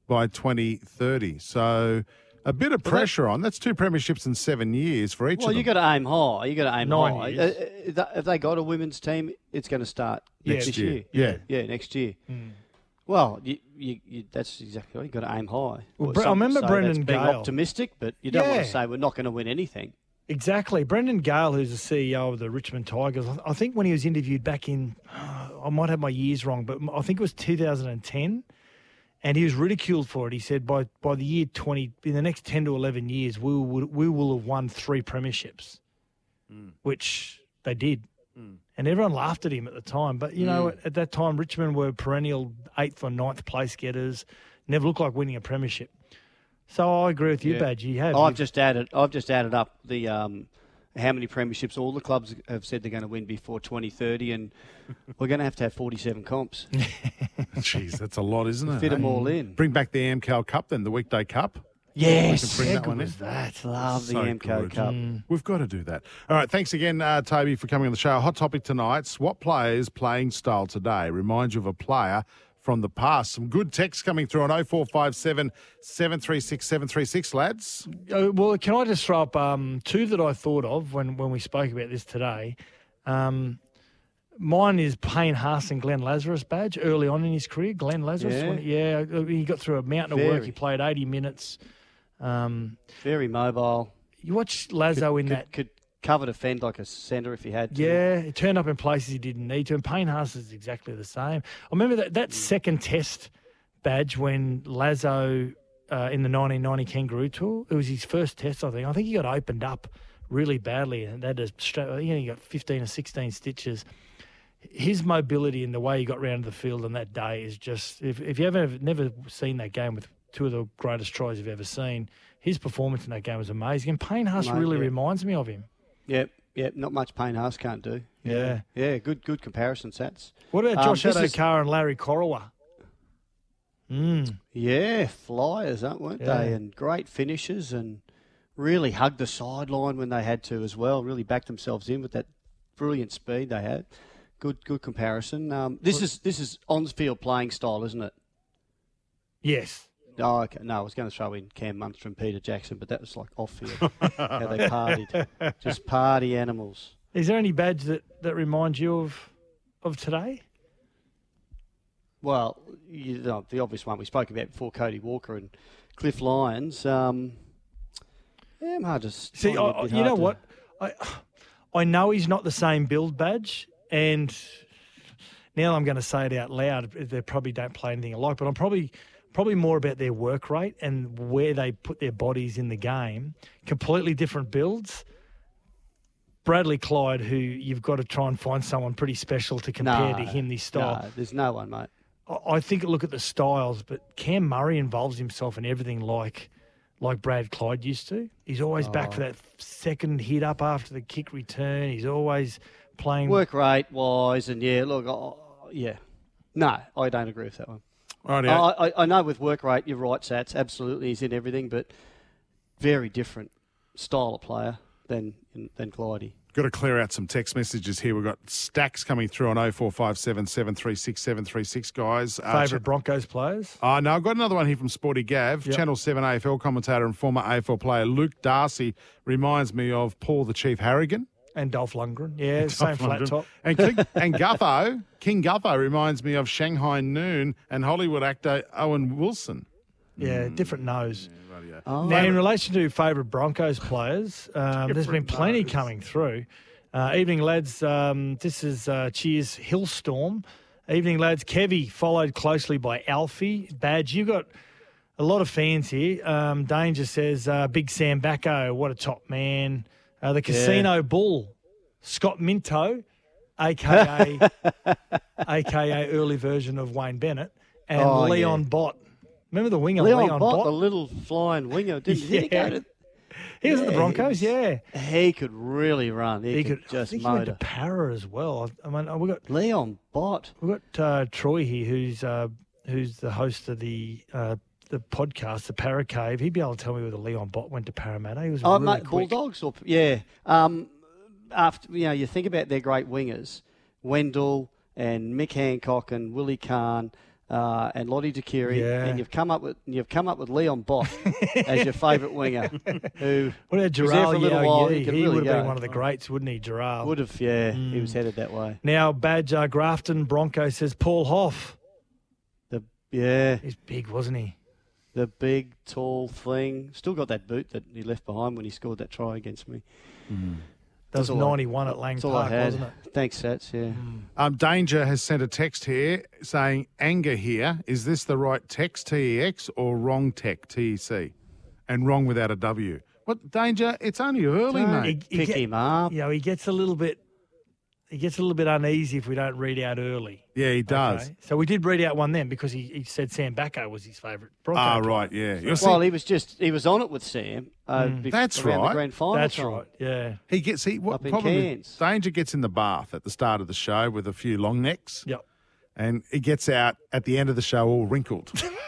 D: by 2030. So. A bit of pressure on. That's two premierships in seven years for each
E: Well,
D: of
E: you
D: them.
E: got to aim high. You got to aim
D: Nine
E: high.
D: years.
E: Uh, uh, th- Have they got a women's team? It's going to start
D: Yeah,
E: this
D: next
E: year.
D: year. Yeah.
E: yeah, next year. Well, you, you, you, that's exactly right. You got to aim high. Well,
F: Bre- I
E: some
F: remember
E: say
F: Brendan
E: that's being
F: Gale.
E: optimistic, but you don't want
F: Yeah.
E: to say we're not going to win anything.
F: Exactly. Brendan Gale, who's the CEO of the Richmond Tigers, I- I think when he was interviewed back in, I might have my years wrong, but I think it was 2010, and he was ridiculed for it. He said, by, by the year 20, in the next 10 to 11 years, we will, we will have won three premierships,
E: Hmm.
F: which they did. And everyone laughed at him at the time. But, you know,
E: Mm.
F: at, at that time, Richmond were perennial eighth or ninth place getters, never looked like winning a premiership. So I agree with you,
E: Yeah.
F: Badge. You have.
E: I've just added. I've just added up the um, how many premierships all the clubs have said they're going to win before 2030, and we're going to have to have 47 comps.
D: Jeez, that's a lot, isn't it?
E: Fit 'em
D: eh?
E: all in.
D: Bring back the AmCal Cup then, the weekday cup. Yes.
E: How
D: bring that one in.
E: that? Love
D: So
E: the MCO
D: good. Mm.
E: Cup.
D: We've got to do that. All right. Thanks again, uh, Toby, for coming on the show. Hot topic tonight's what players' playing style today reminds you of a player from the past? Some good text coming through on 0457 736 736, lads.
F: Uh, well, can I just throw up um, two that I thought of when, when we spoke about this today? Um, mine is Payne Haas and Glenn Lazarus badge early on in his career. Glenn Lazarus,
E: Yeah.
F: when- yeah, uh, he got through a mountain of work.
E: Very.
F: He played 80 minutes. Um,
E: Very mobile.
F: You watch Lazo
E: could,
F: in
E: could,
F: that-
E: Could cover defend like a centre if he had to.
F: Yeah, he turned up in places he didn't need to, and Payne Haas is exactly the same. I remember that, that second test badge when Lazo uh, in the 1990 Kangaroo Tour, it was his first test, I think. I think he got opened up really badly, and that is straight, I think he got 15 or 16 stitches. His mobility and the way he got round the field on that day is just, if, if you ever have never seen that game with two of the greatest tries you've ever seen, his performance in that game was amazing. And Payne Haas
E: Mate,
F: really
E: yeah.
F: reminds me of him.
E: Yep, yep. Not much Payne Haas can't do.
F: Yeah.
E: Yeah, good good comparison sets.
F: What about Josh
E: Um, this is-
F: Adokar and Larry Hmm, Corowa?
E: Yeah, flyers, aren't weren't
F: Yeah.
E: they? And great finishes and really hugged the sideline when they had to as well. Really backed themselves in with that brilliant speed they had. Good good comparison. Um, this is this is on field playing style, isn't it?
F: Yes.
E: Oh, okay. No, I was going to throw in Cam Munster and Peter Jackson, but that was like off field. how they partied. Just party animals.
F: Is there any badge that, that reminds you of of today?
E: Well, you know, the obvious one we spoke about before, Cody Walker and Cliff Lyons. Um, yeah, I'm hard to
F: See, I, I- you know what? I I know he's not the same build badge, and now I'm going to say it out loud. They probably don't play anything alike, but I'm probably probably more about their work rate and where they put their bodies in the game. Completely different builds. Bradley Clyde, who you've got to try and find someone pretty special to compare to him this style.
E: No, there's no one, mate.
F: I- I think look at the styles, but Cam Murray involves himself in everything like like Brad Clyde used to. He's always back for
E: Oh.
F: that second hit up after the kick return. He's always playing.
E: Work rate wise, and yeah, look, I yeah. No, I don't agree with that one.
D: All
E: I, I, I know with work rate, you're right, Sats. Absolutely, he's in everything, but very different style of player than than Clydey.
D: Got to clear out some text messages here. We've got stacks coming through on 0457 736 736, guys. Uh,
F: Favorite Broncos players?
D: Uh, no, I've got another one here from Sporty Gav. Channel 7 AFL commentator and former AFL player Luke Darcy reminds me of Paul the Chief Harrigan.
F: And Dolph Lundgren. Yeah, same
D: Dolph
F: flat
D: Lundgren.
F: top.
D: And, King, and Gutho, King Gutho reminds me of Shanghai Noon and Hollywood actor Owen Wilson.
F: Yeah, different nose.
E: Oh.
F: Now, in relation to favourite Broncos players, um, there's been plenty coming through. Uh, evening, lads. Um, this is uh, Cheers Hillstorm. Evening, lads. Kevy, followed closely by Alfie. Badge, you got a lot of fans here. Um, Danger says, uh, Big Sam Backo, what a top man. Uh, the Casino Bull, Scott Minto, aka, aka early version of Wayne Bennett, and
E: Oh, yeah.
F: Leon Bott. Remember the winger
E: Leon,
F: Oh, Leon,
E: Bott,
F: Bott?
E: the little flying winger, didn't he? Did
F: Yeah.
E: he, go
F: He was at the
E: Yeah,
F: Broncos, yeah.
E: to, he could really run. He,
F: He
E: could,
F: could- I
E: just
F: think he went to
E: motor.
F: Para as well. I I mean, uh, we got
E: Leon Bott.
F: We have got uh, Troy here, who's uh, who's the host of the uh, the podcast, the Para Cave. He'd be able to tell me whether Leon Bott went to Parramatta. He was
E: Oh,
F: really
E: mate,
F: quick.
E: Bulldogs or yeah. Um, after you know, you think about their great wingers, Wendell and Mick Hancock and Willie Kahn. Uh, and Lottie Dakiri,
F: Yeah.
E: and you've come up with you've come up with Leon Bott as your favourite winger, who
F: What about
E: was there for a
F: Gerald?
E: little
F: Yeah,
E: while.
F: yeah,
E: he
F: he
E: could really
F: would have been
E: go.
F: one of the greats, wouldn't he, Gerald?
E: Would have, yeah. He was headed that way.
F: Now, badge uh, Grafton Bronco says Paul Hoff.
E: The yeah,
F: he's big, wasn't he?
E: The big tall thing. Still got that boot that he left behind when he scored that try against me.
F: That was
E: all I-
F: 91 at Lang
E: that's all I
F: Park,
E: had.
F: wasn't it?
E: Thanks, Sats. Yeah.
D: Um, Danger has sent a text here saying, anger here. Is this the right text, TEX, or wrong tech, TEC? And wrong without a W. What, Danger? It's only early,
F: Don't
D: mate.
F: he- he Pick get- him
E: up.
F: Yeah, he gets a little bit. He gets a little bit uneasy if we don't read out early.
D: Yeah, he does.
F: Okay. So we did read out one then because he, he said Sam Backo was his favourite. Bronco
D: Ah,
F: player.
D: right, yeah. You'll
E: well,
D: see-
E: he was just he was on it with Sam. Uh,
D: Mm.
E: bef-
D: That's
E: around The
D: right.
E: grand final.
D: That's
E: time.
D: right.
F: Yeah.
D: He gets he what
E: Up in
D: probably
E: Cairns.
D: Danger gets in the bath at the start of the show with a few long necks.
F: Yep.
D: And he gets out at the end of the show all wrinkled.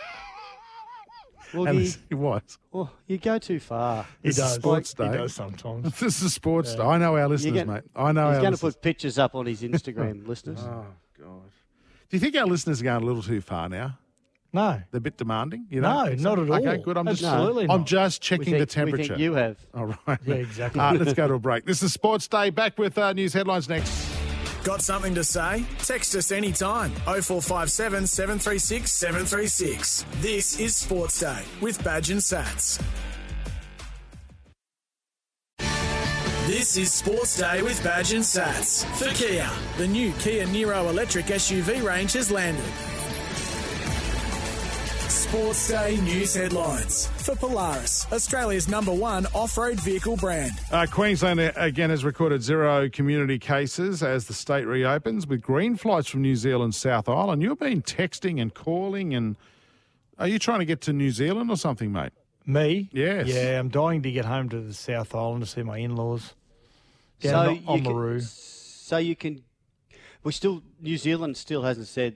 E: Well,
D: and
E: he-
D: he, was.
E: Well, Oh, you go too far.
D: This is sports day. This is sports day. I know our listeners, mate. I know
E: He's
D: our
E: going to
D: listeners.
E: put pictures up on his Instagram, listeners.
D: Oh, God. Do you think our listeners are going a little too far now?
F: No.
D: They're a bit demanding, you
E: No,
D: know?
E: not at
D: Okay,
E: all.
D: good. I'm just,
E: Absolutely
D: I'm
E: not.
D: just
E: We
D: checking
E: think-
D: the
E: we think
D: temperature.
E: you have.
D: All right.
E: Yeah, exactly.
D: Uh, let's go to a break. This is Sports Day. Back with uh, news headlines next.
C: Got something to say? Text us anytime 0457 736 736. This is Sports Day with Badge and Sats. This is Sports Day with Badge and Sats for Kia. The new Kia Nero electric SUV range has landed. Sports Day news headlines for Polaris, Australia's number one off road vehicle brand.
D: Uh, Queensland uh, again has recorded zero community cases as the state reopens with green flights from New Zealand South Island. You've been texting and calling, and are you trying to get to New Zealand or something, mate?
F: Me?
D: Yes.
F: Yeah, I'm dying to get home to the South Island to see my in-laws. Down
E: you
F: so on
E: can-
F: Oamaru.
E: so you can. We still. New Zealand still hasn't said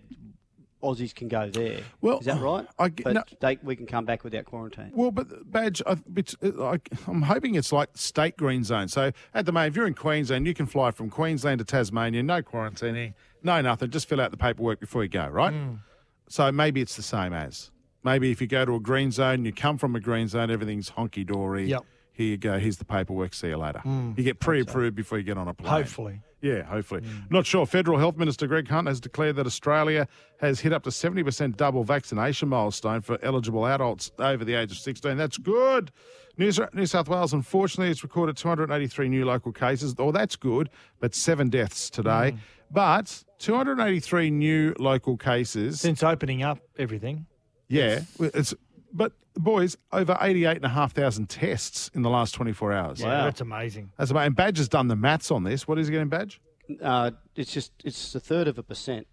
E: Aussies can go there.
D: Well,
E: is that right?
D: I g-
E: but
D: no.
E: they, we can come back without quarantine.
D: Well, but badge, I, it's, uh, like, I'm hoping it's like state green zone. So at the moment, if you're in Queensland, you can fly from Queensland to Tasmania, no quarantining, no nothing. Just fill out the paperwork before you go, right?
F: Hmm.
D: So maybe it's the same as. Maybe if you go to a green zone, you come from a green zone, everything's honky dory.
F: Yep.
D: Here you go. Here's the paperwork. See you later.
F: Mm,
D: you get pre-approved before you get on a plane.
F: Hopefully.
D: Yeah, hopefully. Not sure. Federal Health Minister Greg Hunt has declared that Australia has hit up to 70% double vaccination milestone for eligible adults over the age of 16. That's good. New, Sou- New South Wales, unfortunately, has recorded 283 new local cases. Oh, that's good, but seven deaths today. But 283 new local cases.
F: Since opening up everything.
D: Yeah, well, it's but boys over eighty-eight and a half thousand tests in the last twenty-four hours.
F: Yeah, that's amazing.
D: That's about. And Badge has done the maths on this. What is he getting, Badge?
E: Uh, it's just it's a third of a percent.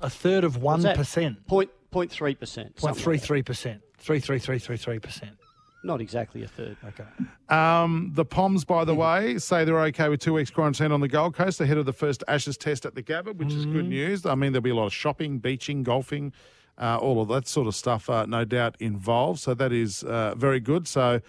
F: A third of
E: What's that?
F: 1%.
E: Point point three percent.
F: Point
E: something like
F: three three percent, three three three three three percent.
E: that. Not exactly a third.
F: Okay.
D: Um, the Poms, by the way, say they're okay with two weeks quarantine on the Gold Coast ahead of the first Ashes test at the Gabba, which is good news. I mean, there'll be a lot of shopping, beaching, golfing, uh, all of that sort of stuff, uh, no doubt involved. So that is uh, very good. So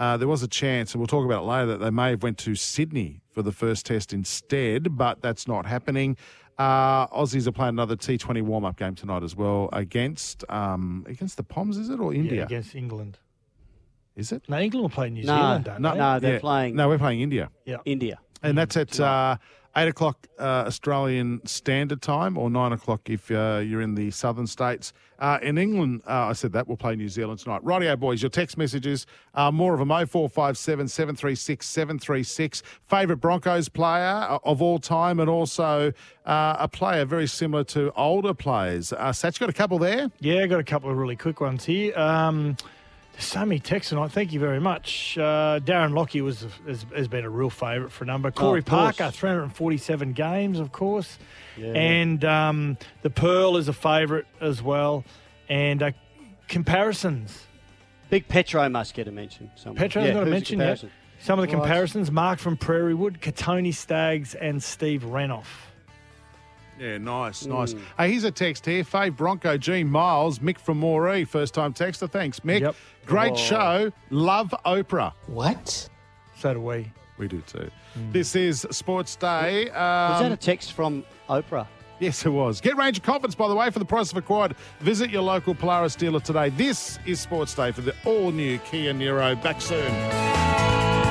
D: uh, there was a chance, and we'll talk about it later, that they may have went to Sydney for the first test instead, but that's not happening. Uh, Aussies are playing another T20 warm-up game tonight as well against um, against the Poms, is it or India?
F: Yeah, against England.
D: Is it?
F: No, England will play New
D: No,
F: Zealand, don't
D: no,
F: they?
D: no, they're Yeah. playing- No, we're playing India.
F: Yeah.
E: India.
D: And that's at uh, 8 o'clock uh, Australian Standard Time or 9 o'clock if uh, you're in the southern states. Uh, in England, uh, I said that, we'll play New Zealand tonight. Rightio, boys, your text messages are more of them 0457 736 736. Favourite Broncos player uh, of all time and also uh, a player very similar to older players. Uh, Satch, got a couple there?
F: Yeah, got a couple of really quick ones here. Um, there's so many texts tonight. Thank you very much. Uh, Darren Lockie was has, has been a real favourite for a number. Corey
E: Oh, of course.
F: Parker, 347 games, of course,
E: Yeah.
F: and um, the Pearl is a favourite as well. And uh, comparisons.
E: Big Petro must get a mention. Somewhere.
F: Petro's
E: yeah,
F: not
E: who's the
F: mentioned yet.
E: comparison?
F: Some of the
E: Right.
F: comparisons: Mark from Prairie Wood, Katoni Staggs, and Steve Renoff.
D: Yeah, nice, nice.
F: Mm.
D: Hey, here's a text here. Fave Bronco, Gene Miles, Mick from Moree, first time texter. Thanks, Mick. Great
F: Oh.
D: show. Love Oprah.
F: What? So do we.
D: We do too. This is Sports Day. Um,
E: Was that a text from Oprah?
D: Yes, it was. Get Ranger Confidence, by the way, for the price of a quad. Visit your local Polaris dealer today. This is Sports Day for the all new Kia Nero. Back soon.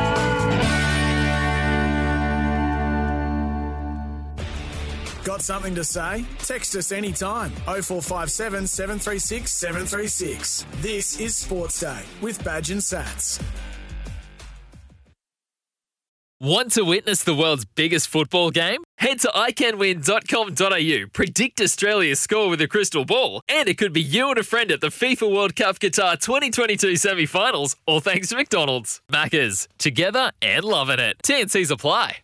C: Got something to say? Text us anytime 0457 736 736. This is Sports Day with Badge and Sats.
L: Want to witness the world's biggest football game? Head to iCanWin.com.au, predict Australia's score with a crystal ball, and it could be you and a friend at the FIFA World Cup Qatar 2022 semi finals, all thanks to McDonald's. Maccas, together and loving it. TNCs apply.